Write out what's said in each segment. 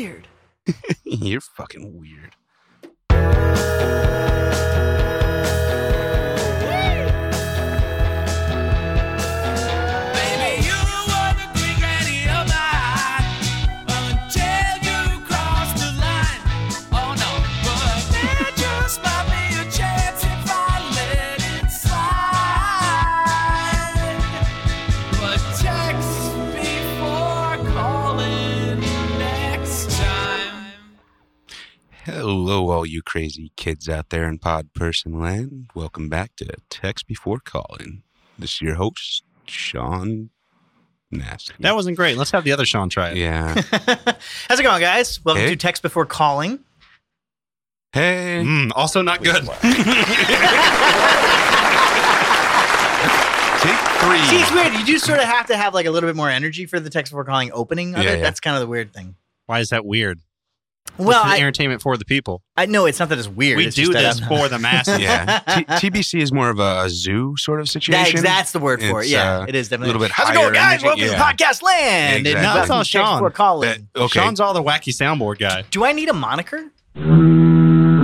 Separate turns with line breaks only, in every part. Weird.
You're fucking weird.
Baby, you were the queen granny of my heart until you crossed the line. Oh no, but that just might be a chance if I let it slide. But text before calling next time.
Hello, all you crazy kids out there in pod person land. Welcome back to Text Before Calling. This is your host, Sean Nasty.
That wasn't great. Let's have the other Sean try it.
yeah.
How's it going, guys?
Welcome
Hey.
to Text Before Calling.
hey.
Mm, also not good.
Take three.
See, it's weird. You do sort of have to have like a little bit more energy for the Text Before Calling opening of
Yeah,
it.
yeah.
That's kind of the weird thing.
Why is that weird?
Well,
This is
I,
entertainment for the people.
I know it's not that it's weird.
We
it's
do
just that
this
I'm-
for the masses.
yeah. T- TBC is more of a, a zoo sort of
That,
situation.
that's the word for
It's,
it. Yeah,
uh,
it is
a
definitely.
little bit
How's it
higher
going, guys?
energy.
Welcome
Yeah.
to Podcast Land.
Yeah, exactly. No, it's
And welcome
all
to Text
Sean.
Before Calling.
That- okay.
Sean's all the wacky soundboard guy.
do I need a moniker?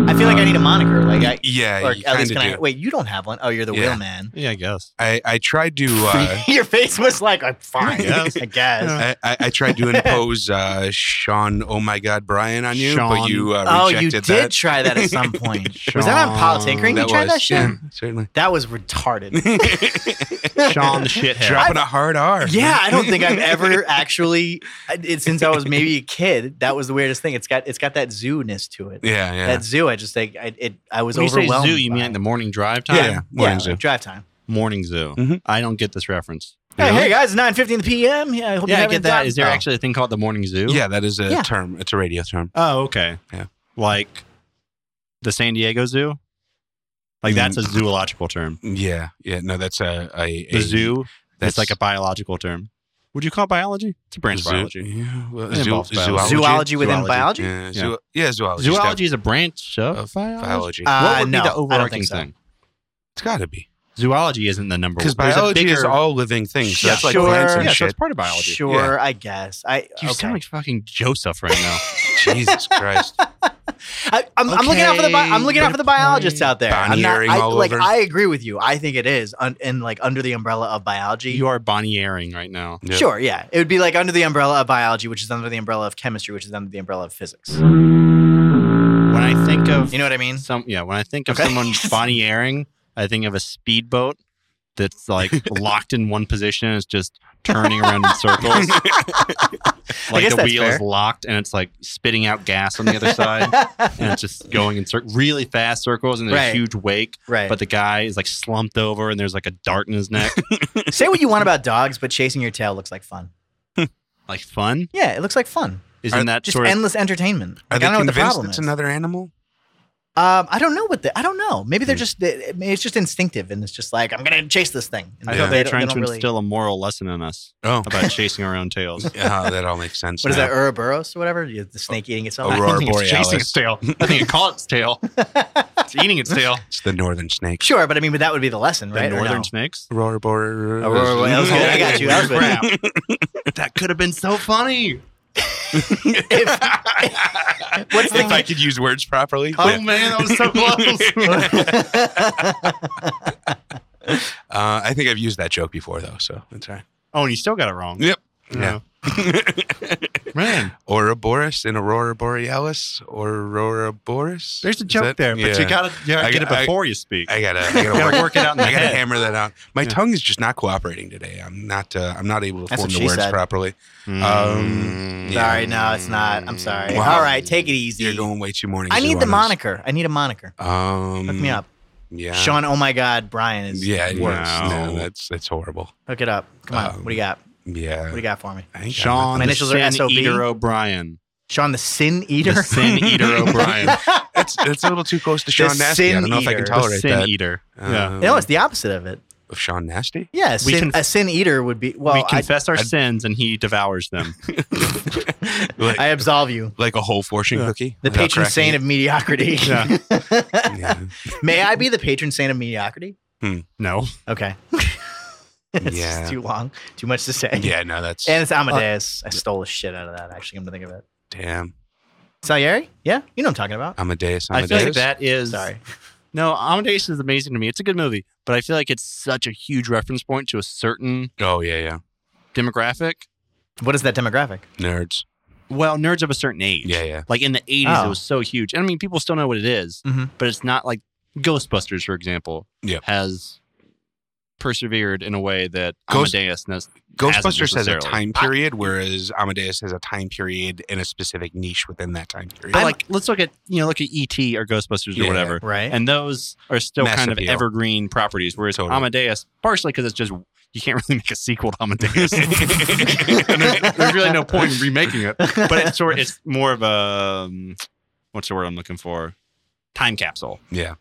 I feel like I need a moniker. Like I,
yeah,
or
you
at
kind
least
of
can I?
do.
Wait, you don't have one. Oh, you're the
Yeah.
wheelman.
Yeah, I guess.
I, I tried to uh,
Your face was like, I'm fine.
guess.
I guess.
I, I, I tried to impose uh, Sean, oh my God, Brian on you, but
Sean.
you uh,
Oh, you
rejected
did
that.
try that at some point. was that on Politinkering?
that
you tried
was
that shit?
yeah, certainly
That was retarded.
Sean the shithead.
dropping a hard R.
yeah, I don't think I've ever actually I- it, since I was maybe a kid. That was the weirdest thing. It's got it's got that zoo-ness to it.
yeah, yeah.
That zoo, I just like I, it. I was
When you say
overwhelmed.
zoo, you mean
by
like
it.
the morning drive time?
yeah, yeah. Morning
yeah,
zoo.
like drive time?
Morning zoo.
Mhm.
I don't get this reference.
Hey,
Really?
hey guys, it's nine fifty in the p.m. Yeah, I hope
Yeah,
you
I get
haven't
that.
gotten-
Is there
Oh.
actually a thing called the morning zoo?
Yeah, that is a
Yeah.
term. It's a radio term.
Oh, okay.
Yeah.
Like the San Diego Zoo? Like that's a zoological term.
Yeah, yeah. No, that's a, a,
The
a-
zoo
That's
that's like a biological term. Would you call it biology? It's a branch of
zoo-
biology.
Yeah, well,
It
zoo-
involves biology.
zoology.
zoology within
Zoology.
biology?
Yeah, zoo- yeah, zoology. stuff.
Zoology is a branch of,
Oh, Of
biology.
biology.
Uh,
What would
no,
be
I
the
don't
overarching
think so.
thing?
it's got to be
Zoology isn't the number one.
because
There's a
biology is
bigger-
all living things. So
Yeah,
that's like
sure.
plants and
Yeah, so
shit.
it's part of biology.
Sure, I guess. I
You
okay.
sound like fucking Joseph right now.
Jesus Christ.
I, I'm, I'm looking out for the bi- I'm looking out for the
Okay, good
biologists
point.
out there. I'm not,
Bonniering
I,
all
like
over.
I agree with you. I think it is un, in like under the umbrella of biology.
you are bonniering right now.
Yeah.
Sure, yeah. It would be like under the umbrella of biology, which is under the umbrella of chemistry, which is under the umbrella of physics.
Mm.
You
When I think of
know what I mean?
some, yeah, when I think of
Okay.
someone bonniering, I think of a speedboat that's like locked in one position and it's just turning around in circles. like
guess
the
that's
wheel
fair.
is locked and it's like spitting out gas on the other side. And it's just going in cir- really fast circles, and there's
Right.
a huge wake.
right.
But the guy is like slumped over, and there's like a dart in his neck.
Say what you want about dogs, but chasing your tail looks like fun.
like fun,
Yeah, it looks like fun.
isn't
Are-
that
Just
sort of
endless entertainment.
Are
Like,
they
I don't know what the
convinced
problem
it's
is.
another animal?
um, I don't know what the. I don't know. Maybe
Hmm.
they're just. It, it's just instinctive, and it's just like I'm gonna chase this thing. And
I
Yeah.
thought they were
don't-
trying
don't
to instill a moral lesson in us
Oh,
about chasing our own tails.
oh that all makes sense.
What is
now.
that? Ouroboros or whatever? Yeah, The snake eating itself.
Aurora
I don't think it's chasing
borealis.
its tail. I think it caught its tail. It's eating its tail.
It's the northern snake.
Sure, but I mean, but that would be the lesson,
The
right? Or
northern
no?
snakes.
Aurora borealis.
Aurora borealis. Okay, I got you. That was good.
Crap. that could have been so funny.
What's
if I
the?
could use words properly.
Oh man, that was so close.
Uh, I think I've used that joke before, though, so that's all right.
oh, and you still got it wrong.
Yep.
Yeah. man,
Ouroboros and Aurora Borealis. Aurora Boris.
there's a joke there, but you gotta, you gotta
I-
get it
I-
before you speak.
I gotta, I
you
gotta
gotta
work.
work it out in the
I gotta
head.
hammer that out. My
Yeah.
tongue is just not cooperating today. I'm not. Uh, I'm not able to
That's
form
what
the
she
words
said.
properly. Um, yeah.
Sorry, no, it's not. I'm sorry.
Wow.
All right, take it easy.
You're going way too morning.
I need
zoo
the
on us.
moniker. I need a moniker.
Um,
Hook me up.
Yeah.
Sean, oh my God, Brian is.
Yeah. it works.
Wow.
No, that's that's horrible.
Hook it up. Come on.
Um,
what do you got?
Yeah.
What do you got for me?
I think
My
Sean, the
initials are
Sin
SOB.
Eater O'Brien.
Sean the Sin Eater?
The Sin Eater oh, O'Brien.
It's, it's a little too close to Sean Nasty. I
sin
don't know if I can
eater.
the
tolerate
Sin
that.
Eater.
Um,
yeah.
no, it's the opposite of it.
of Sean Nasty.
Yeah, a
We
sin,
conf-
a sin eater would be. Well,
we
I,
confess our sins and he devours them.
Like,
I absolve you.
like a whole fortune cookie.
The patron saint of mediocrity.
Yeah.
of yeah.
May I be the patron saint of mediocrity?
No.
Okay. it's
Yeah.
just too long. Too much to say.
yeah, no, that's
And it's Amadeus. I stole the shit out of that, actually, come to think of it.
damn.
Salieri? Yeah, you know what I'm talking about.
Amadeus. Amadeus.
I feel like that is
Sorry.
No, Amadeus is amazing to me. It's a good movie, but I feel like it's such a huge reference point to a certain
Oh yeah, yeah.
demographic.
What is that demographic?
Nerds.
Well, nerds of a certain age.
Yeah, yeah.
Like in the 80s, it
Oh.
was so huge. And I mean, people still know what it is,
Mhm.
but it's not like Ghostbusters, for example,
Yep.
has persevered in a way that
Ghost-
Amadeus has. Hasn't
Ghostbusters has a
necessarily.
time period, whereas Amadeus has a time period and a specific niche within that time period.
But like, let's look at, you know, look at ET or Ghostbusters
Yeah.
or whatever.
Right.
And those are still
Mass
kind of
appeal.
evergreen properties, whereas
Totally.
Amadeus, partially because it's just, you can't really make a sequel to Amadeus. And there's there's really no point in remaking it. But it's, sort it's more of a, um, what's the word I'm looking for? Time capsule.
yeah.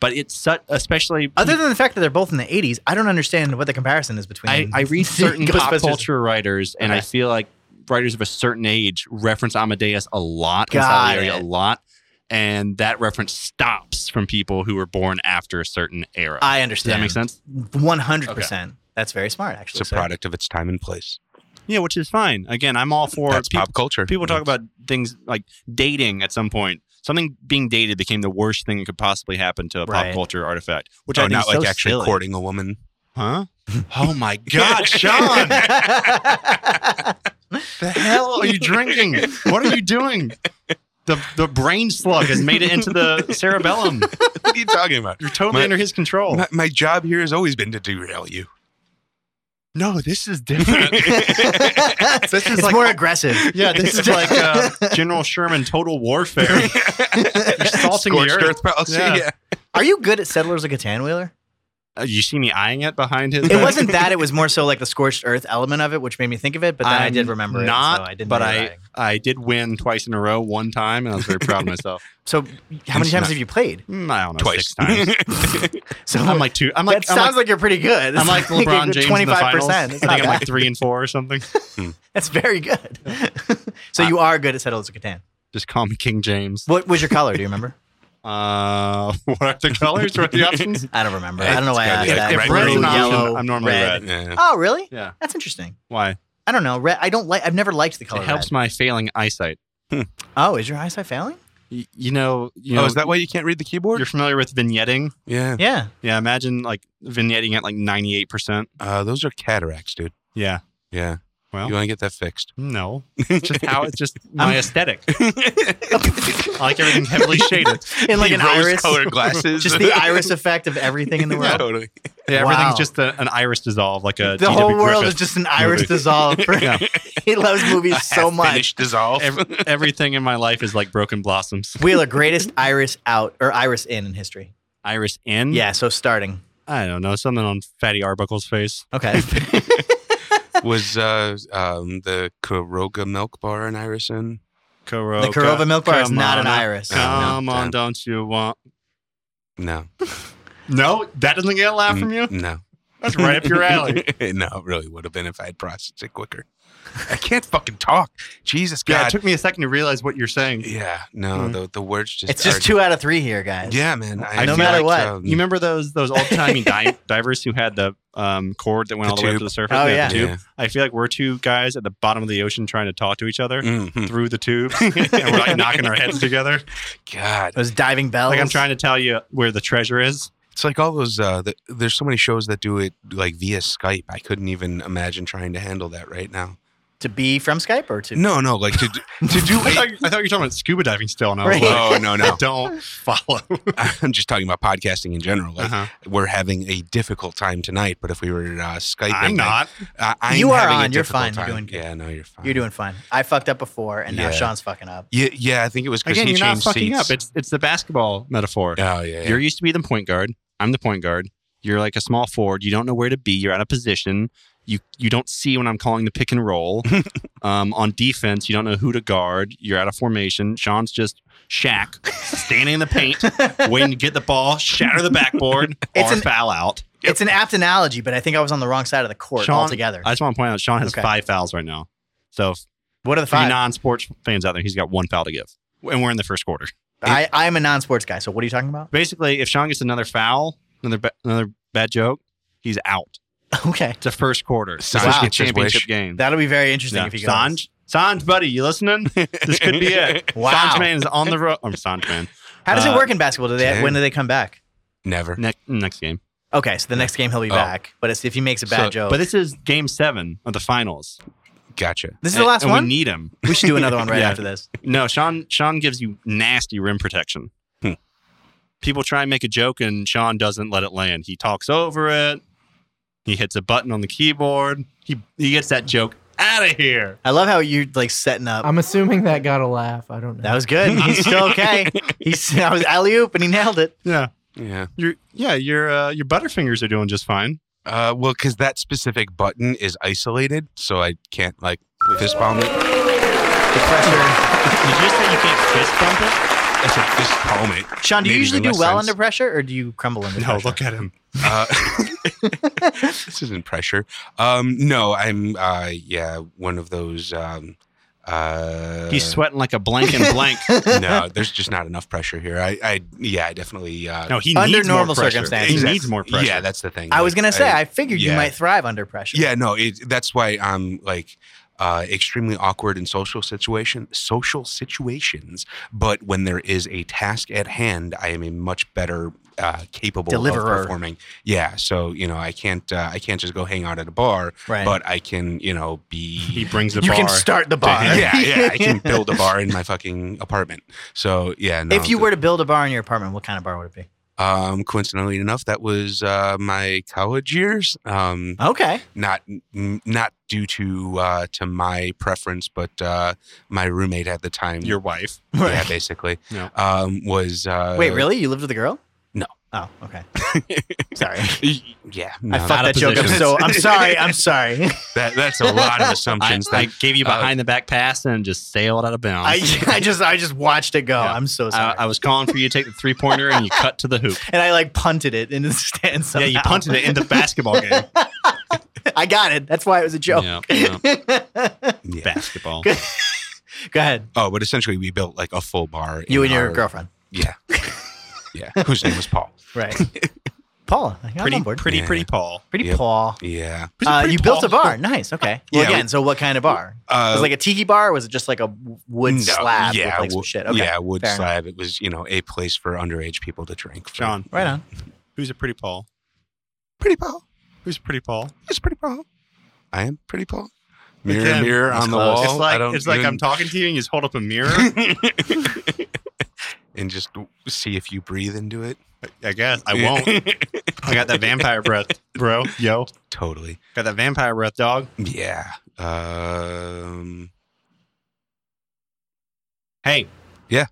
But it's such, especially.
Other than the fact that they're both in the 80s, I don't understand what the comparison is between.
I, I read certain pop
Ghostbusters.
culture writers, and I
Okay.
feel like writers of a certain age reference Amadeus a lot, and
Got
Salieri a
it.
lot, and that reference stops from people who were born after a certain era.
I
Does that
understand.
make sense?
100%. That's very smart, actually.
It's a
sir.
product of its time and place.
Yeah, which is fine. Again, I'm all for
That's
people,
pop culture.
people talk about things like dating at some point. Something being dated became the worst thing that could possibly happen to a
Right.
pop culture artifact, which
Oh,
I think
not
is so
like actually
silly.
courting a woman.
huh? Oh my God, Sean! the hell are you drinking? What are you doing? The the brain slug has made it into the cerebellum.
what are you talking about?
You're totally
My-
under his control.
My, my job here has always been to derail you.
no, this is different.
this is it's more aggressive.
yeah, this is like uh, General Sherman total warfare. You're salting the
Scorched
earth.
earth policy.
Yeah.
Yeah.
Are you good at Settlers of Catan, Wheeler?
Uh, you see me eyeing it behind his.
It wasn't that. It was more so like the scorched earth element of it, which made me think of it. But then i
I'm
did remember
not,
it. so I didn't
but
know
I
that.
I did win twice in a row. One time, and I was very proud of myself.
So how many
It's
times
not-
have you played?
Mm, I don't know,
Twice.
six times.
So
I'm like two. I'm like
that
I'm
sounds
like,
like, you're pretty good.
I'm like
It's
LeBron James in the finals. I
25%. It's
think
not
I'm
bad.
like three and four or something.
That's very good. so you are good at Settlers of Catan.
Just call me King James.
What was your color? Do you remember?
Uh, what are the colors? What are the options?
I don't remember.
Yeah,
I don't know why I
it's gotta
asked
be like
that.
red,
Blue,
green,
option,
yellow,
I'm normally red.
Yeah.
Oh, really?
Yeah.
That's interesting.
Why?
I don't know. Red. I don't like. I've never liked the color.
It helps my failing eyesight.
red. Oh, is your eyesight failing?
Y- you know, you know,
oh, is that why you can't read the
you're
keyboard?
familiar with vignetting?
Yeah.
Yeah.
Yeah, imagine like vignetting at like 98%.
Uh, those are cataracts, dude.
Yeah.
Yeah.
Well,
You want to get that fixed.
no. It's just how it's just my aesthetic. I like everything heavily shaded.
In like an iris.
colored Oh, glasses.
Just the iris effect of everything in the world.
totally.
Yeah,
Wow.
everything's just a, an iris dissolve, like a
The
T.W.
whole world is
Griffith.
just an iris dissolve. For,
Yeah.
He loves movies so much.
Finished dissolve.
Ev- everything in my life is like broken blossoms.
Wheeler, greatest iris out or iris in in history.
Iris in?
Yeah, so starting.
I don't know. Something on Fatty Arbuckle's face.
Okay.
was uh, um, the Karoga Milk Bar in Irison?
Kuroka.
the Kurova milk bar is
Come
not
on
an
up.
iris.
No.
Come on,
Damn.
don't you want?
No.
No, that doesn't get a laugh from you.
N- No.
That's right up your alley.
no, it really would have been if I had processed it quicker. I can't fucking talk. Jesus
Yeah, it
God.
took me a second to realize what you're saying.
Yeah, no,
Mm.
the the words just
It's just
are-
two out of three here, guys.
Yeah, man. I
No
feel
matter what.
um,
You remember those those old timey di- divers who had the um, cord that went
The
all the way up
tube.
to the surface?
Oh,
They had
yeah.
the tube. I feel like we're two guys at the bottom of the ocean trying to talk to each other
Mhm.
through the tube, and we're like knocking our heads together.
God,
Those diving bells.
Like I'm trying to tell you where the treasure is.
it's like all those. Uh, the, there's so many shows that do it like via Skype. I couldn't even imagine trying to handle that right now.
to be from Skype or to
No, no, like to do- to do
I thought,
it.
you- I thought you were talking about scuba diving still, and I was
Right.
like,
Oh no, no.
don't follow.
I'm just talking about podcasting in general. Like
Uh-huh.
we're having a difficult time tonight, but if we were uh, Skyping,
I'm not.
I, I'm
You are
having a
on. You're
difficult
fine. You're
time.
doing good.
Yeah, no, you're fine.
You're doing fine. I fucked up before, and now
Yeah.
Sean's fucking up.
Yeah, yeah. I think it was because
Again,
he
you're not
changed
fucking
seats.
up. It's it's the basketball metaphor.
oh yeah, yeah.
You're used to be the point guard. I'm the point guard. You're like a small forward. You don't know where to be. You're out of position. You you don't see when I'm calling the pick and roll. um, on defense, you don't know who to guard. You're out of formation. Sean's just Shaq standing in the paint, waiting to get the ball, shatter the backboard,
It's
or
an-
foul out.
It's an apt analogy, but I think I was on the wrong side of the court
Sean,
altogether.
I just want to point out Sean has
Okay.
five fouls right now. So if
what are the
for you
five?
non-sports fans out there, he's got one foul to give, and we're in the first quarter.
I, I'm a non-sports guy, so what are you talking about?
Basically, if Sean gets another foul, another ba- another bad joke, he's out.
Okay,
It's a first quarter. This
Sanj
is a
gets his
championship
wish.
game.
that'll be very interesting
Yeah.
if you
Sanj Sanj, buddy, you listening? This could be it.
Wow.
Sanj Man is on the road. I'm Sanj Man.
How does
Uh,
it work in basketball? Do they, when do they come back?
Never.
Next, next game.
Okay, so the next game he'll be
Oh.
back, but it's, if he makes a
So-
bad joke,
But this is game seven of the finals.
Gotcha.
this is the
And-
last
and
one.
We
We,
need him.
should do another one right
Yeah.
after this.
No, Sean Sean gives you nasty rim protection.
Hmm.
People try and make a joke and Sean doesn't let it land. He talks over it. He hits a button on the keyboard. He he gets that joke out of here.
I love how you're like setting up.
I'm assuming that got a laugh. I don't know.
that was good. He's still okay. He's I was alley oop and he nailed it.
Yeah.
Yeah.
Your yeah, your uh, your butterfingers are doing just fine.
Uh, well, because that specific button is isolated, so I can't like fist palm it.
The pressure.
Did you just say you can't fist bump
I said fist palm it.
Sean, do you
Made
usually
even less
do well
sense.
under pressure, or do you crumble under
it?
pressure?
at him.
Uh, this isn't pressure. Um, no, I'm. Uh, yeah, one of those. Um, uh,
He's sweating like a blank and blank.
no, there's just not enough pressure here. I, I yeah, I definitely. Uh,
No, he
Under
needs more
normal
pressure.
circumstances.
He needs more pressure.
Yeah, that's the thing.
I was
Like,
gonna say. I, figured
yeah.
you might thrive under pressure.
Yeah, no, it, that's why I'm like uh, extremely awkward in social situation social situations. But when there is a task at hand, I am a much better uh, capable
Deliverer.
of performing. Yeah, so you know, I can't uh, I can't just go hang out at a bar,
Right.
but I can you know
he
be.
brings the
you
bar.
can start the bar.
yeah, yeah, I can build a bar in my fucking apartment. So yeah, no,
If you
th-
were to build a bar in your apartment, what kind of bar would it be?
um, coincidentally enough, that was uh, my college years. Um,
Okay.
not n- not due to uh, to my preference, but uh, my roommate at the time.
your wife.
yeah, basically.
No.
Um, was uh,
Wait, really? You lived with a girl?
No.
Oh, okay. sorry.
Yeah,
I
no,
fucked
out of
that joke up
position.
so. I'm sorry. I'm sorry.
that, that's a lot of
I,
assumptions.
I
that,
gave you
uh,
behind the back pass and just sailed out of bounds.
I, I just I just watched it go.
Yeah. Uh,
I'm so
I,
sorry.
I was calling for you to take the three pointer and you cut to the hoop.
and I like punted it into the stand. Somehow.
Yeah, you punted it in the basketball game.
I got it. That's why it was a joke.
Yeah, yeah,
yeah.
basketball.
Good. Go ahead.
Oh, but essentially, we built like a full bar.
You
in
and your
our-
girlfriend.
Yeah, yeah. Whose name was Paul?
Right. Paula. I'm
Pretty,
on board.
pretty,
Yeah.
pretty Paul.
Pretty
Yep.
Paul.
Yeah.
Uh,
pretty
you
Paul.
built a bar. Nice. Okay. Well,
Yeah,
again, so what kind of bar?
Uh,
was it like a tiki bar? Or was it just like a wood
Um, no,
slab with like some
wo-
shit? Okay.
Yeah, wood
Fair enough.
slab. It was you know a place for underage people to drink. for-
Oh, Sean,
Right on.
who's a pretty Paul?
pretty Paul.
Who's a pretty Paul?
It's pretty Paul. I am pretty Paul. Mirror,
Again,
mirror
that's
on the
close.
wall.
It's
it's like
I don't
it's like
even-
I'm talking to you and you just hold up a mirror.
and just see if you breathe into it.
I guess I won't. I got that vampire breath, bro. Yo,
totally.
got that vampire breath, dog.
Yeah. Um,
Hey,
Yeah.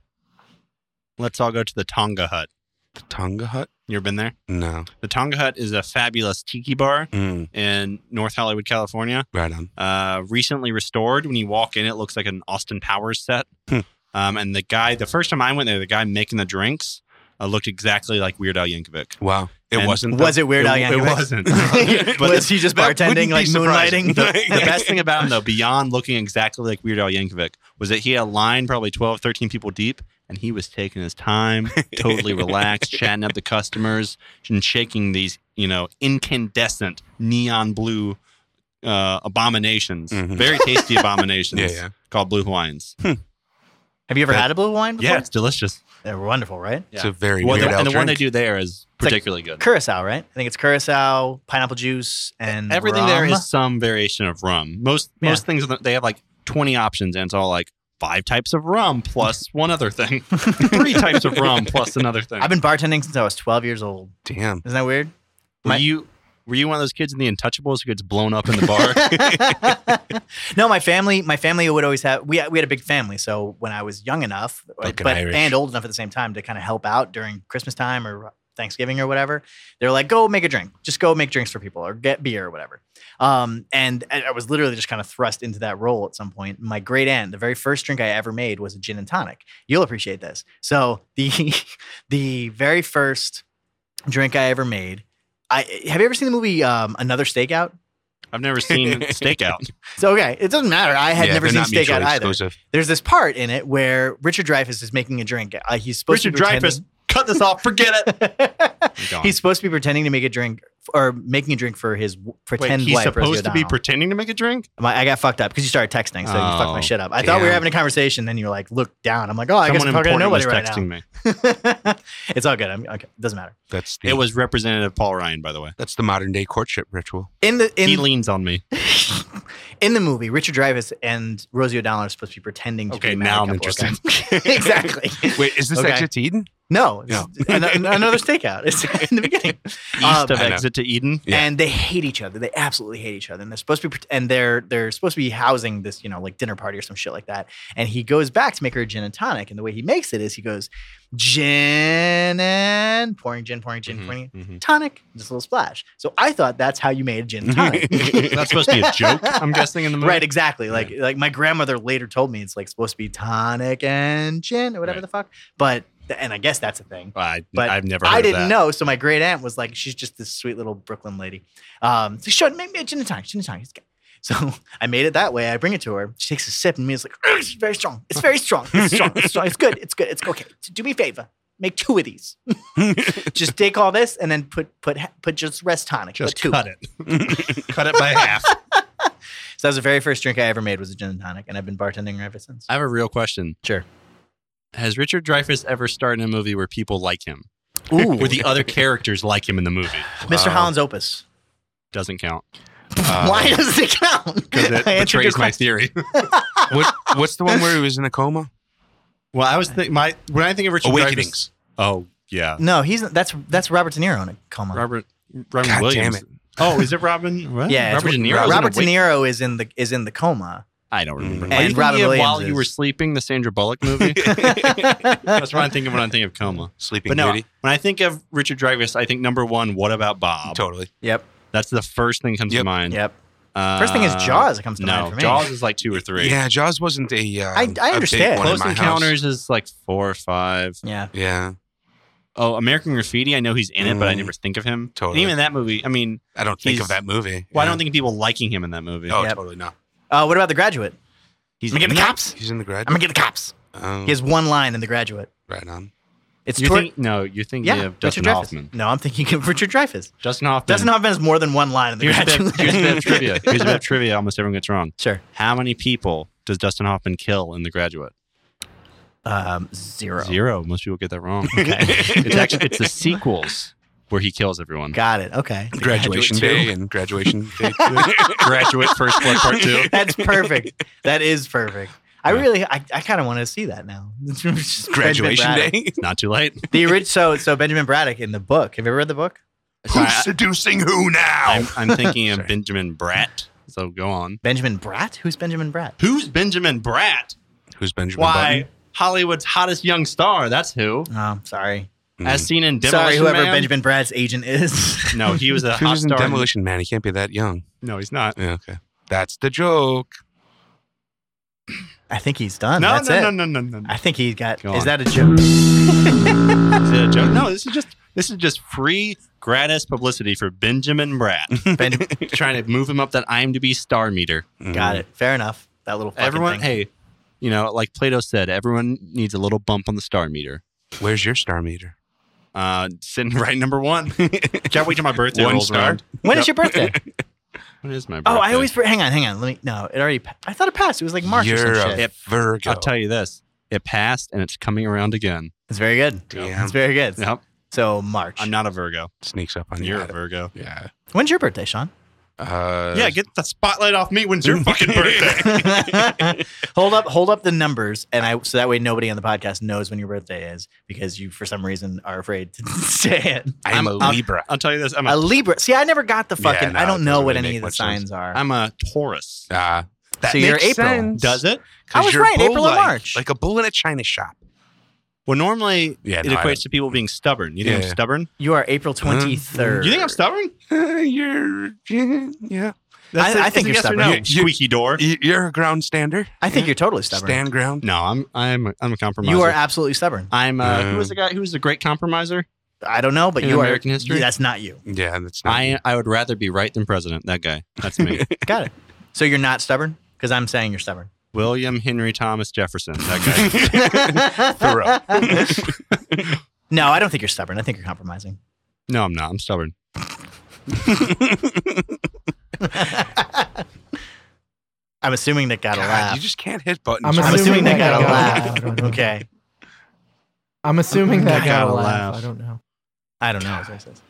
Let's all go to the Tonga Hut.
the Tonga Hut?
You ever been there?
No.
The Tonga Hut is a fabulous tiki bar
Mm,
in North Hollywood, California.
right on.
uh, recently restored. When you walk in, it looks like an Austin Powers set.
Hmm.
Um, and the guy, the first time I went there, the guy making the drinks uh, looked exactly like Weird Al Yankovic.
Wow. It
And
wasn't.
Was it Weird Al
it, it
Yankovic?
wasn't.
but
but
was
the,
he just
that wouldn't
bartending,
be
like
surprising.
moonlighting?
the best thing about him, though, beyond looking exactly like Weird Al Yankovic, was that he had a line probably 12, 13 people deep, and he was taking his time, totally relaxed, chatting up the customers, and shaking these, you know, incandescent neon blue uh, abominations.
Mhm.
Very tasty abominations
Yeah, yeah.
called Blue Hawaiians.
Have you ever
That-
had a blue wine before?
Yeah, it's delicious.
They're wonderful, right?
It's a very
Well, the-
weird
and the
Al
one they
drink.
do there is
like
particularly good.
Curacao, right? I think it's curacao, pineapple juice, and
Everything there
rum.
is some variation of rum. Most
Yeah.
most things they have like twenty options, and it's all like five types of rum plus one other thing, three types of rum plus another thing.
I've been bartending since I was 12 years old.
Damn.
Isn't that weird?
were
my-
you were you one of those kids in the Untouchables who gets blown up in the bar?
no, my family, my family would always have. We we had a big family, so when I was young enough, but
Fucking Irish.
and old enough at the same time to kind of help out during Christmas time or Thanksgiving or whatever, they're like, "Go make a drink. Just go make drinks for people or get beer or whatever." Um, and I I was literally just kind of thrust into that role at some point. My great aunt, the very first drink I ever made was a gin and tonic. You'll appreciate this. So the the very first drink I ever made. I, have you ever seen the movie um, Another Stakeout?
I've never seen Stakeout.
So okay, it doesn't matter. I had
Yeah,
never
they're
seen
not mutually
Stakeout either.
exclusive.
There's this part in it where Richard Dreyfuss is making a drink. Uh, he's supposed
Richard
to pretend-
Dreyfuss cut this off. Forget it. Gone.
he's supposed to be pretending to make a drink or making a drink for his w-
Wait,
pretend
he's
wife. Rosie
supposed to be
O'Donnell.
pretending to make a drink.
My- I got fucked up because you started texting, so you fucked
Oh,
my shit up. I thought we were
damn.
having a conversation, then you were like, look down. I'm like, oh, I guess I'm
Someone
talking to
important was
nobody right
texting me.
now. it's all good. I'm okay. Doesn't matter.
That's the,
It was Representative Paul Ryan, by the way.
that's the modern day courtship ritual.
In the
he
in,
leans on me.
in the movie, Richard Dreyfuss and Rosie O'Donnell are supposed to be pretending to
Okay,
be a
now
married
I'm
couple, okay? exactly.
Wait, is this
Okay.
Exit to Eden?
No,
No.
it's an- an- another stakeout. It's in the beginning.
East
Um,
of
I know.
Exit to Eden.
Yeah.
And they hate each other. They absolutely hate each other. And they're supposed to be, pret- and they're they're supposed to be housing this, you know, like dinner party or some shit like that. And he goes back to make her a gin and tonic. And the way he makes it is he goes gin and pouring gin, pouring
Mm-hmm,
gin, pouring tonic, just a little splash. So I thought that's how you made a gin and tonic.
That's supposed to be a joke, I'm guessing, in the movie.
Right, exactly. Like like my grandmother later told me it's like supposed to be tonic and gin or whatever
Right.
the fuck. But and I guess that's a thing.
I,
But
I've never heard
I
of
didn't
that.
know, so my great aunt was like, she's just this sweet little Brooklyn lady. Um, so she showed make me a gin and tonic, gin and tonic. It's good. So I made it that way. I bring it to her. She takes a sip, and me is like, "Ugh, it's very strong. It's very strong. It's strong. It's strong. It's good. It's good. It's okay. So do me a favor. Make two of these. just take all this and then put put put just rest tonic.
Just
but two.
cut it. cut it by half.
So that was the very first drink I ever made was a gin and tonic, and I've been bartending ever since.
I have a real question.
Sure.
Has Richard Dreyfuss ever starred in a movie where people like him?
Ooh,
Where the other characters like him in the movie?
Mr. Holland's Opus.
Doesn't count.
Uh,
Why does it count?
Because it
I answered your
betrays my
question.
theory.
What, what's the one where he was in a coma?
well, I was think my when I think of Richard
Awakenings.
Dreyfuss. Oh yeah.
No, he's that's that's Robert De Niro on it. Come on.
Robert Robin
God
Williams.
damn it.
Oh, is it Robin? What?
Yeah,
Robert
it's-
De Niro.
Robert De
Wait-
Niro is in the is in the coma.
I don't remember.
And
Are you thinking
Robin
of
Williams
While you
is-
were sleeping, the Sandra Bullock movie. That's what I'm thinking when I think of coma.
Sleeping
But no,
Beauty.
when I think of Richard Dreyfuss, I think number one, what about Bob?
Totally.
Yep.
That's the first thing that comes to
Yep.
mind.
Yep.
Uh,
First thing is Jaws that comes to
no,
mind for me.
Jaws is like two or three.
Yeah, Jaws wasn't a. Um,
I
a big
understand.
one in
Close
my house.
Encounters is like four or five.
Yeah.
Yeah,
Oh, American Graffiti. I know he's in it, but I
Mm.
never think of him.
Totally.
And even that movie. I mean,
I don't think
He's-
of that movie.
well, I
Yeah.
don't think of people liking him in that movie.
Oh,
Yep.
totally not.
Uh, what about the graduate?
he's
I'm gonna
in
get the
it?
cops.
He's in the grad.
I'm gonna get the cops.
Oh,
He has one line in the graduate.
right on.
It's
You're
toward-
think- no, you're thinking
yeah,
of Dustin
Richard
Hoffman.
Dreyfuss. No, I'm thinking of Richard Dreyfuss.
Dustin Hoffman.
Dustin Hoffman has more than one line in the
Here's a, bit,
graduate.
here's a bit of trivia. Here's a bit of trivia. Almost everyone gets wrong.
sure.
How many people does Dustin Hoffman kill in The Graduate?
Um, zero.
Zero. Most people get that wrong. it's actually it's the sequels where he kills everyone.
Got it. Okay.
Graduation
Graduate
day and graduation day.
Graduate First Blood Part Two.
two. That's perfect. That is perfect. I
Yeah.
really, I, I kind of want to see that now. Just Benjamin
graduation
Braddock.
day.
Not too late.
The orig- so so Benjamin Braddock in the book. Have you ever read the book?
Sorry,
Who's seducing who now?
I, am I'm thinking of
Sorry.
Benjamin Bratt. So go on.
Benjamin Bratt? Who's Benjamin Bratt?
Who's Benjamin Bratt?
Who's Benjamin
Why Hollywood's hottest young star? That's who.
Oh, sorry.
Button?
As seen in Demolition
sorry, whoever
Man.
Benjamin Bratt's agent is.
No, he was a
He
hot
was in
star. in-
Demolition Man. He can't be that young.
No, he's not.
Yeah, okay. That's the joke.
I think he's done.
No,
Oh, That's
no,
it.
no, no, no, no, no.
I think he got.
Go
is
on.
that a joke?
Is it a joke? No, this is just this is just free gratis publicity for Benjamin Bratt.
Ben,
Trying to move him up that IMDb star meter.
Mm.
got it. Fair enough. That little fucking
everyone,
thing.
hey, you know, like Plato said, everyone needs a little bump on the star meter.
Where's your star meter?
Uh, sitting right number one. Can't wait till my birthday
One
rolls
star.
around.
When is your birthday?
When is my birthday?
oh, I always. for- Hang on, hang on. Let me. No, it already. pa- I thought it passed. It was like March
You're
or some
a
shit.
Virgo.
I'll tell you this: it passed and it's coming around again.
It's very good.
Damn.
It's very good.
Yep,
So March.
I'm not a Virgo.
Sneaks up on you.
You're a Virgo.
Yeah.
When's your birthday, Sean?
Uh,
Yeah, get the spotlight off me. When's your fucking birthday?
hold up, hold up the numbers, and I so that way nobody on the podcast knows when your birthday is because you for some reason are afraid to say it.
I'm, a Libra.
I'll tell you this: I'm
A
a,
Libra. See, I never got the
Yeah,
fucking.
no,
I
it
don't
doesn't
know what
really
any
make
of the
much
signs
sense.
are.
I'm a Taurus.
Ah, that
So you're
makes
April.
sense.
Does it?
'Cause
I was
you're
right, April or
bull-like,
March.
Like a bull in a china shop.
Well, normally
Yeah,
it
no, I don't-
equates to people being stubborn. You think
Yeah.
I'm stubborn?
you are April
Hmm?
twenty third.
You think I'm stubborn?
Uh, you're, yeah.
I- I think you're
it's a yes or
stubborn.
no.
You- you-
Squeaky door.
Y- You're a ground stander.
I think you're totally stubborn.
Stand ground.
No, I'm I'm I'm a compromiser.
you are absolutely stubborn.
I'm uh,
Yeah.
who was the guy who was the great compromiser?
I don't know, but
In
you are
American history?
That's not you.
Yeah, that's not.
I I would rather be right than president. That guy. That's me.
Got it. So you're not stubborn because I'm saying you're stubborn.
William Henry Thomas Jefferson. That guy.
Thoreau.
No, I don't think you're stubborn. I think you're compromising.
No, I'm not. I'm stubborn.
I'm assuming that got a
God,
laugh.
You just can't hit buttons.
I'm
right?
I'm assuming that got a
I
laugh.
don't know.
Okay.
I'm assuming that got a
laugh.
laugh. I don't know.
I don't know. is what it says.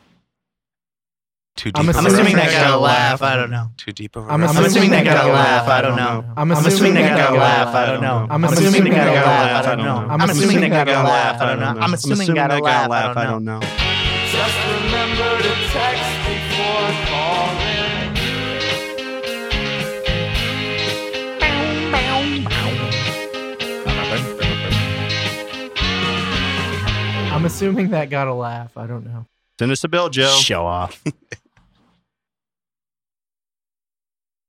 Too deep.
I'm
of
I'm
a
assuming that
reference.
got a laugh. I don't know.
Too deep of a
I'm
reference.
I'm assuming they got a laugh. I don't know.
I'm
I'm assuming they got a laugh. I don't know.
I'm assuming they got a laugh.
I don't know. I'm assuming they got a laugh. I don't know. I'm assuming they got a laugh. I don't know.
know.
Just remember to text before calling.
I'm assuming that got a laugh. I don't know.
Send us a bill, Joe.
Show off.